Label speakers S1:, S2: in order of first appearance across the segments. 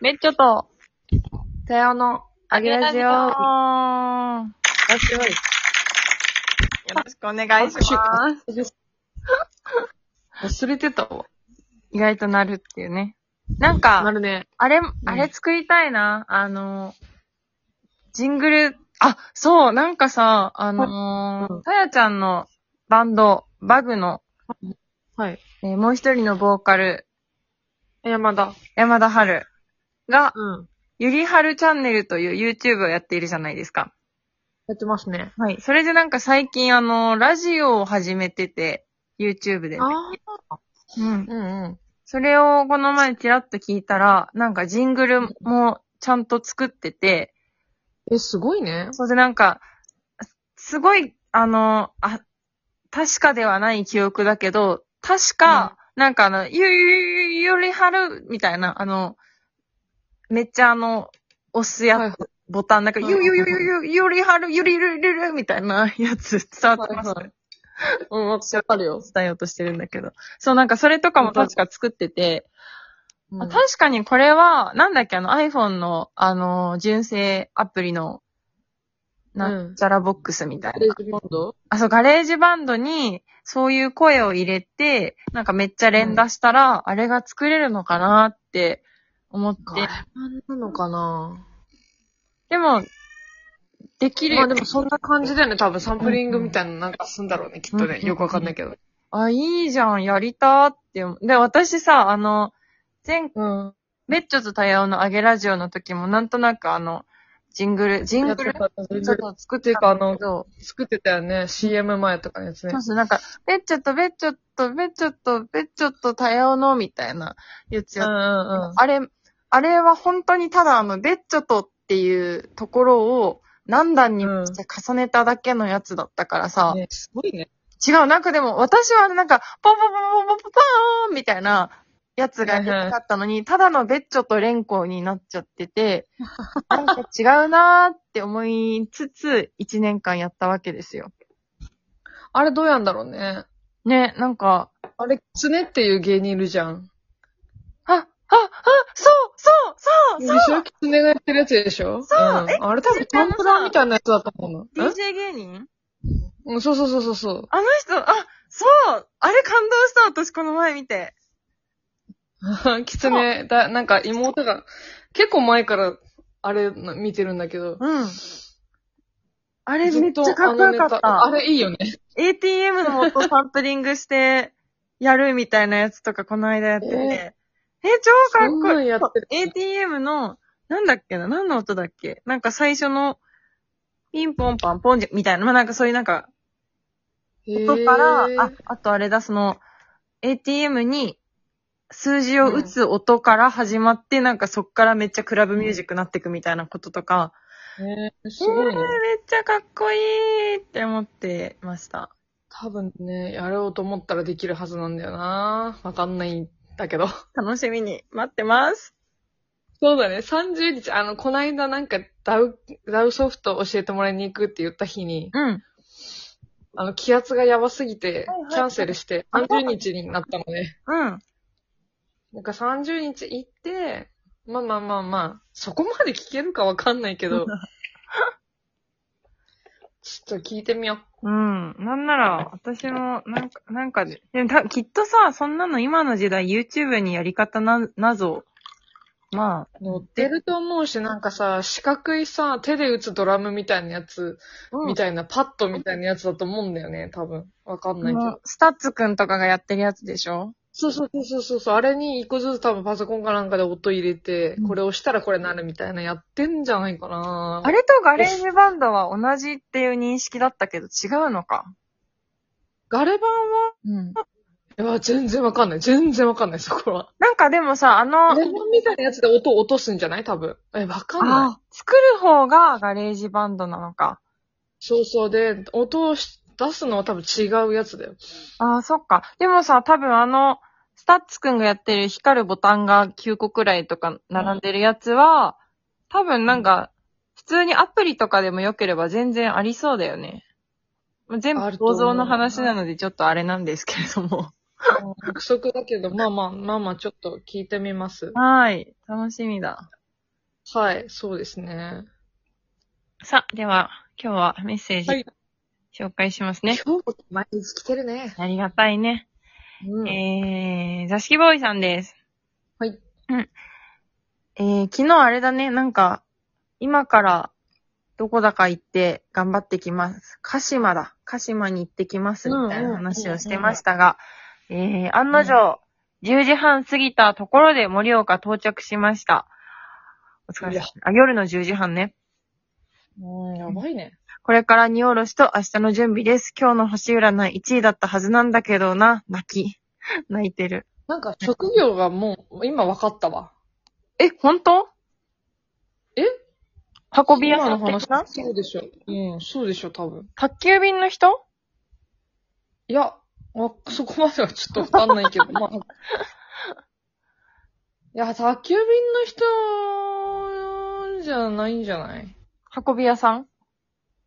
S1: めっちょと、さよの、あげラジオ。よ
S2: よ
S1: ろし
S2: ろしくお願いします。
S1: 忘れてたわ。
S2: 意外となるっていうね。なんか
S1: な、るね。
S2: あれ、あれ作りたいな。あの、ジングル、あ、そう、なんかさ、あ
S1: う
S2: の
S1: ん
S2: ー、さやちゃんのバンド、バグの、
S1: はい。
S2: えーもう一人のボーカル、
S1: 山田。
S2: 山田春が、
S1: うん。
S2: ゆりはるチャンネルという YouTube をやっているじゃないですか。
S1: やってますね。
S2: はい。それでなんか最近あの、ラジオを始めてて、YouTube でね。
S1: あ。
S2: うん。
S1: うんうん。
S2: それをこの前ちらっと聞いたら、なんかジングルもちゃんと作ってて、
S1: え、すごいね。
S2: それでなんか、すごい、あの、あ、確かではない記憶だけど、確か、なんかあの、ゆゆゆゆゆりはるみたいな、あの、めっちゃあの、押すやつ、
S1: はいはい
S2: ボタン、なんか、
S1: うん
S2: ゆゆゆゆゆゆりはる、ゆりるるるみたいな やつ伝わってます。
S1: はいはいうん、私わかるよ。
S2: 伝えようとしてるんだけど。そう、なんかそれとかも確か作ってて、あ確かにこれは、なんだっけ、あの iPhone の、あのー、純正アプリの、なんちゃらボックスみたいな。
S1: 今度
S2: あ、そう、ガレージバンドに、そういう声を入れて、なんかめっちゃ連打したら、あれが作れるのかなって思って。
S1: ガレなのかな
S2: でも、できる
S1: ま
S2: よ
S1: あでもそんな感じだよね。多分サンプリングみたいななんかすんだろうね。きっとね。よくわかんないけど。
S2: あ、いいじゃん、やりたーって思う。で、私さ、あの、前
S1: うん。
S2: ベッチョとタヤオの上げラジオの時も、なんとなくあの、ジングル、ジングル
S1: ちょっと作っていうか、あの、
S2: の、
S1: 作ってたよね。CM 前とかのやつね
S2: そう。そう、なんか、べっちょっとべっちょっとべっちょっとべっちょっと多様のみたいなやつ
S1: うんう
S2: やっ
S1: んうん。
S2: あれ、あれは本当にただあの、べっちょとっていうところを何段にもして重ねただけのやつだったからさ、
S1: ね、すごいね。
S2: 違う、なんかでも私はなんか、ポンポンポンポンポンポンポーンみたいなやつがやりたかったのに、ただのべっちょと連行になっちゃっ てて、なんか違うなーって思いつつ、1年間やったわけですよ。
S1: あれどうやんだろうね。
S2: ね、なんか、
S1: あれ、つねっていう芸人いるじゃん。
S2: あ、あ、あ、そう、そう、そう、
S1: で
S2: そう
S1: しょキツネがやってるやつでしょ
S2: そうんえ
S1: あれ多分タンプラーみたいなやつだと思うの。え
S2: DJ 芸人
S1: うん、そうそうそうそうそう。
S2: あの人、あ、そうあれ感動した、私この前見て。
S1: キツネ、だ、なんか妹が、結構前から、あれ、見てるんだけど。
S2: うん。あ
S1: あ
S2: れめっちゃかっこよかった。
S1: あれいいよね。
S2: ATM の音サンプリングして、やるみたいなやつとかこの間やってて。え超かっ
S1: そん
S2: こ
S1: ないん
S2: い。
S1: やってる
S2: ATM の、なんだっけな何の音だっけなんか最初の、ピンポンパンポンじゃ、みたいな。まあ、なんかそういうなんか、音から、
S1: へー
S2: あ、あとあれだ、その、ATM に数字を打つ音から始まって、なんかそっからめっちゃクラブミュージックなってくみたいなこととか、
S1: へーすごいね
S2: えー。めっちゃかっこいいって思ってました。
S1: 多分ね、やろうと思ったらできるはずなんだよな。わかんないんだけど。
S2: 楽しみに待ってます。
S1: そうだね。30日、あの、こないだなんかダウ、ダウソフト教えてもらいに行くって言った日に、
S2: うん。
S1: あの、気圧がやばすぎて
S2: はいはい、
S1: キャンセルして、30日になったのね。
S2: うん。
S1: なんか30日行って、まあまあまあまあ、そこまで聞けるかわかんないけど、ちょっと聞いてみよ
S2: うん。なんなら、私も、なんか、なんかで、でもたきっとさ、そんなの今の時代 YouTube にやり方な、謎、まあ、
S1: う。乗ってると思うし、なんかさ、四角いさ、手で打つドラムみたいなやつ、
S2: うん
S1: みたいな、パッドみたいなやつだと思うんだよね、多分。わかんないけど
S2: もう。スタッツくんとかがやってるやつでしょ
S1: そうそうそうそうそうそう。あれに一個ずつ多分パソコンかなんかで音入れて、
S2: うん
S1: これ押したらこれなるみたいなやってんじゃないかな
S2: あれとガレージバンドは同じっていう認識だったけど違うのか。
S1: ガレ版は
S2: うん。
S1: いや、全然わかんない。全然わかんない、そこは。
S2: なんかでもさ、あの、
S1: ガレ版みたいなやつで音落とすんじゃない多分。え、わかんない。
S2: あ作る方がガレージバンドなのか。
S1: そうそうで、音をし出すのは多分違うやつだよ。
S2: ああ、そっか。でもさ、多分あの、スタッツくんがやってる光るボタンが9個くらいとか並んでるやつは、多分なんか、普通にアプリとかでも良ければ全然ありそうだよね。まあ全
S1: あ
S2: 部
S1: ると思
S2: 構
S1: う
S2: 造の話なのでちょっとあれなんですけれども。
S1: 憶測だけど、まあまあ、まあまあ、ちょっと聞いてみます。
S2: はい。楽しみだ。
S1: はい、そうですね。
S2: さあ、では、今日はメッセージ
S1: はい
S2: 紹介しますね。
S1: 今日も毎日来てるね。
S2: ありがたいね。
S1: うん。
S2: えー、座敷ボーイさんです。
S1: はい。
S2: うん。えー、昨日あれだね、なんか、今から、どこだか行って、頑張ってきます。鹿島だ。鹿島に行ってきます、みたいな話をしてましたが、えー、案の定、10時半過ぎたところで盛岡到着しました。お疲れ様。あ、夜の10時半ね。
S1: うん、やばいね。
S2: これから荷下ろしと明日の準備です。今日の星占い1位だったはずなんだけどな、泣き。 泣いてる。
S1: なんか、職業がもう、今分かったわ。
S2: え、本当
S1: え
S2: 運び屋
S1: 今の
S2: さん的
S1: 話
S2: な、
S1: そうでしょ。うん、そうでしょ、多分。
S2: 宅急便の人
S1: いや、わそこまではちょっとわかんない けど、まあ。いや、宅急便の人じゃないんじゃない
S2: 運び屋さん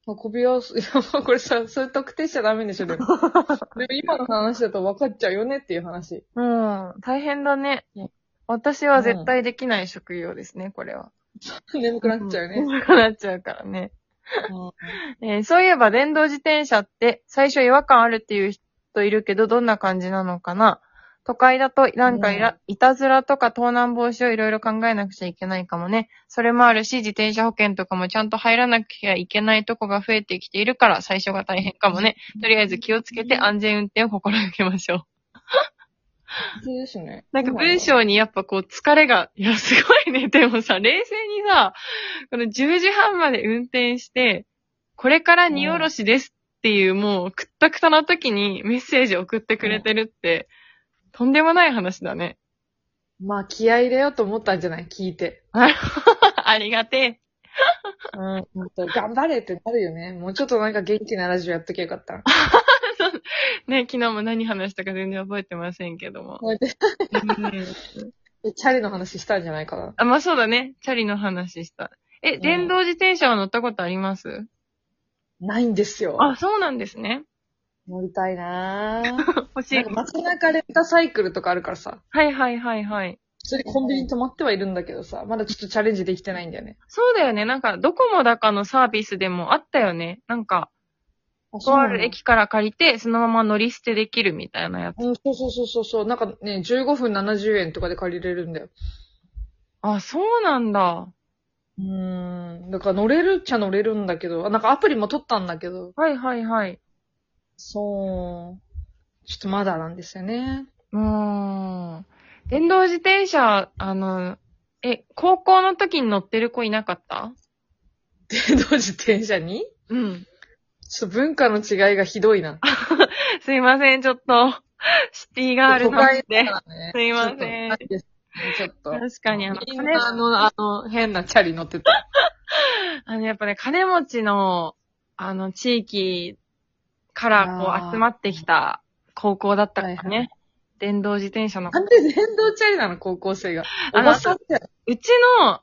S1: 運び屋す、いや、まあこれさ、それ特定しちゃダメでしょ、で も。でも今の話だと分かっちゃうよねっていう話。
S2: うん、大変だね
S1: うん。
S2: 私は絶対できない職業ですね、これは。
S1: 眠くなっちゃうね。
S2: ん。 くなっちゃうからね。えーそういえば電動自転車って最初違和感あるっていう人いるけど、どんな感じなのかな都会だとなんかいら、
S1: う
S2: いたずらとか盗難防止をいろいろ考えなくちゃいけないかもね。それもあるし、自転車保険とかもちゃんと入らなきゃいけないとこが増えてきているから、最初が大変かもね。とりあえず気をつけて安全運転を心がけましょう。
S1: そうですね。
S2: なんか文章にやっぱこう疲れが、いやすごいね。でもさ、冷静にさ、この10時半まで運転して、これから荷下ろしですっていうもうくったくたな時にメッセージ送ってくれてるって、とんでもない話だね。
S1: まあ、気合い入れようと思ったんじゃない聞いて。
S2: ありがて
S1: うん。頑張れってなるよね。もうちょっとなんか元気なラジオやっときゃよかった。
S2: え。ね、昨日も何話したか全然覚えてませんけども。
S1: こうやってチャリの話したんじゃないかな。
S2: あ、まあそうだね。チャリの話した。え、
S1: ん
S2: 電動自転車は乗ったことあります
S1: ないんですよ。
S2: あ、そうなんですね。
S1: 乗りたい なぁ。
S2: 欲し
S1: ないんか。街中レンタサイクルとかあるからさ。
S2: はいはいはいはい。
S1: 普通にコンビニに泊まってはいるんだけどさ。まだちょっとチャレンジできてないんだよね。
S2: そうだよね。なんか、ドコモだかのサービスでもあったよね。なんか、
S1: あ
S2: とある駅から借りて、そのまま乗り捨てできるみたいなやつ。
S1: うん、そうそうそうそうそう。なんかね、15分70円とかで借りれるんだよ。
S2: あ、そうなんだ。
S1: うーん。だから乗れるっちゃ乗れるんだけど、あなんかアプリも取ったんだけど。
S2: はいはいはい。
S1: そう。ちょっとまだなんですよね。
S2: うーん。電動自転車、あの、え、高校の時に乗ってる子いなかった
S1: 電動自転車に
S2: うん。
S1: ちょっと文化の違いがひどいな。
S2: すいません、ちょっと、 シティガールなん
S1: 都会
S2: で
S1: だ。からね
S2: すいません
S1: ちょっとですねちょっと。
S2: 確かに、あの、
S1: みん
S2: 金
S1: なあの、あの、変なチャリ乗 ってた。
S2: あの、やっぱね、金持ちの、あの、地域から、こ
S1: あ
S2: う、
S1: ー
S2: 集まってきた高校だったからね。
S1: はいは
S2: 電動自転車の。
S1: なんで電動チャリなの、高校生が。おばさんだよ。
S2: うちの、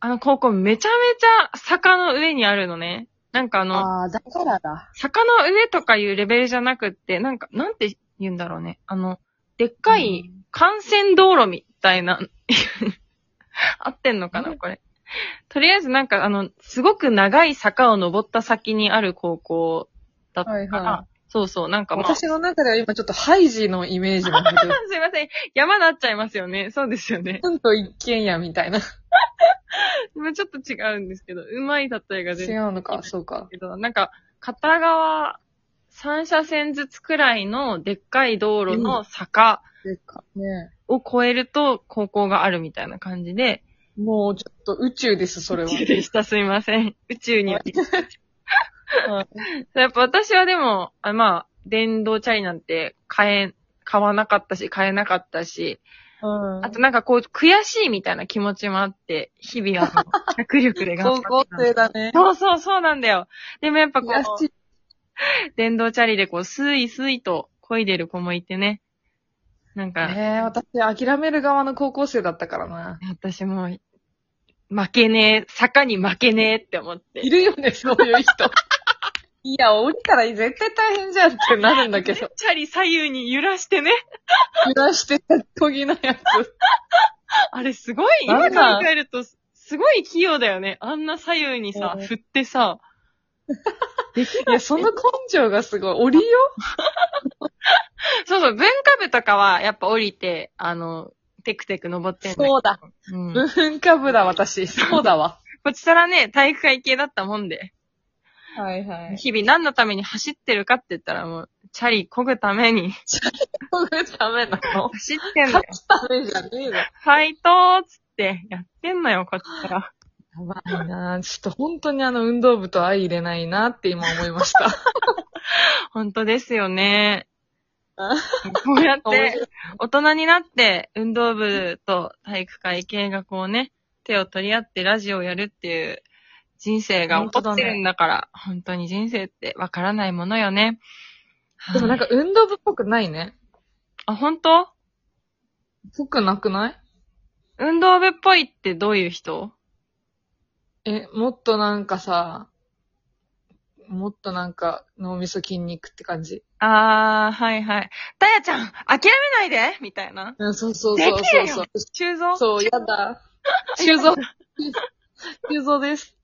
S2: あの、高校めちゃめちゃ坂の上にあるのね。なんかあの、
S1: ああ、だからだ。
S2: 坂の上とかいうレベルじゃなくって、なんか、なんて言うんだろうね。あの、でっかい幹線道路みたいな、 合ってんのかな、これ。とりあえずなんか、あの、すごく長い坂を登った先にある高校だったから、
S1: はいは
S2: そうそう、なんかまあ、す
S1: 私の中では今ちょっとハイジのイメージなんだ けど、
S2: いません、山なっちゃいますよね。そうですよね。
S1: うんと一軒家みたいな。
S2: まあちょっと違うんですけど、うまい例えが全然
S1: 違うのか、そうか。
S2: けど、なんか、片側3車線ずつくらいのでっかい道路の坂
S1: でかね
S2: を越えると高校があるみたいな感じで、
S1: もうちょっと宇宙です、そ れは。
S2: でした、すいません。宇宙に。
S1: は
S2: やっぱ私はでも、あまあ、電動チャリなんて買え、買わなかったし、買えなかったし、
S1: うん
S2: あとなんかこう、悔しいみたいな気持ちもあって、日 々あの、脚力で頑張
S1: 高
S2: ってた。
S1: 校生だね。
S2: そうそう、そうなんだよ。でもやっぱこ
S1: 悔
S2: う、
S1: しい
S2: 電動チャリでこう、スイスイと漕いでる子もいてね。なんか、
S1: ねえ、私諦める側の高校生だったからな。
S2: 私もう、負けねえ、坂に負けねえって思って。
S1: いるよね、そういう人。いや、降りたら絶対大変じゃんってなるんだけど。
S2: チャリ左右に揺らしてね。
S1: 揺らしてたとぎのやつ。
S2: あれすごい、
S1: な
S2: 今
S1: んなん
S2: 考えると、すすごい器用だよね。あんな左右にさ、
S1: うん
S2: 振ってさ。で き
S1: い
S2: ない
S1: や、その根性がすごい。降りよ
S2: そうそう、文化部とかはやっぱ降りて、あの、テクテク登ってんだ
S1: うだ。
S2: けど。うん。
S1: 文化部だ、私。そうだわ。
S2: こちとらね、体育会系だったもんで。
S1: はいは。
S2: 日々何のために走ってるかって言ったらもう、チャリ漕ぐために
S1: そういうためなの
S2: 走ってん のよ
S1: 勝。つためじゃねえだ。
S2: ファイトーっつってやってんのよ、こっちから。
S1: やばいなぁちょっと本当にあの運動部と相入れないなって今思いました。
S2: 本当ですよね
S1: あ。
S2: こうやっ
S1: 面白
S2: て、大人になって、運動部と体育会系がこうね、手を取り合ってラジオをやるっていう人生が起こってるんだから、本当に人生ってわからないものよね。
S1: でもなん
S2: か、
S1: か運動部っぽくないね。
S2: あ、本当
S1: ぽくなくない
S2: 運動部っぽいってどういう人
S1: え、もっとなんかさ、もっとなんか脳みそ筋肉って感じ。
S2: あー、はいはい。ダヤちゃん、諦めないでみたいな。
S1: うん、そうそうそう
S2: でき
S1: そう
S2: る
S1: そ
S2: よ
S1: う。
S2: 修造
S1: そう、や だ。修造。修造です。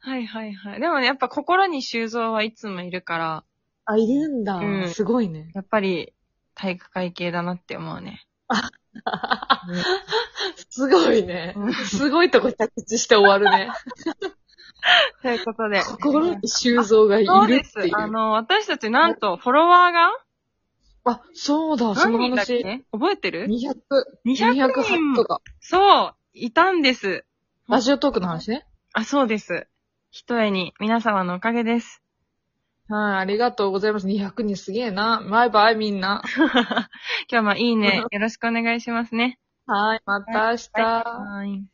S2: はいはいはい。でもね、やっぱ心に修造はいつもいるから、
S1: あ、いるんだ。
S2: うん
S1: すごいね。
S2: やっぱり体育会系だなって思うね。
S1: すごいね
S2: うん。
S1: すごいとこ着地して終わるね。
S2: ということで。
S1: 心に修造がいる
S2: そうで
S1: っ
S2: す
S1: てい。
S2: あ
S1: う。
S2: の、私たちなんとフォロワーが
S1: あ、そうだ、その
S2: 何人だっ
S1: 話。
S2: け覚えてる
S1: 200、
S2: 200
S1: 208とか。
S2: そう、いたんです。
S1: ラジオトークの話ね。
S2: あ、そうです。ひとえに皆様のおかげです。
S1: はい、ありがとうございます。200人すげえな。バイバイみんな。
S2: 今日もいいね。よろしくお願いしますね。
S1: はい、また明日。
S2: はい。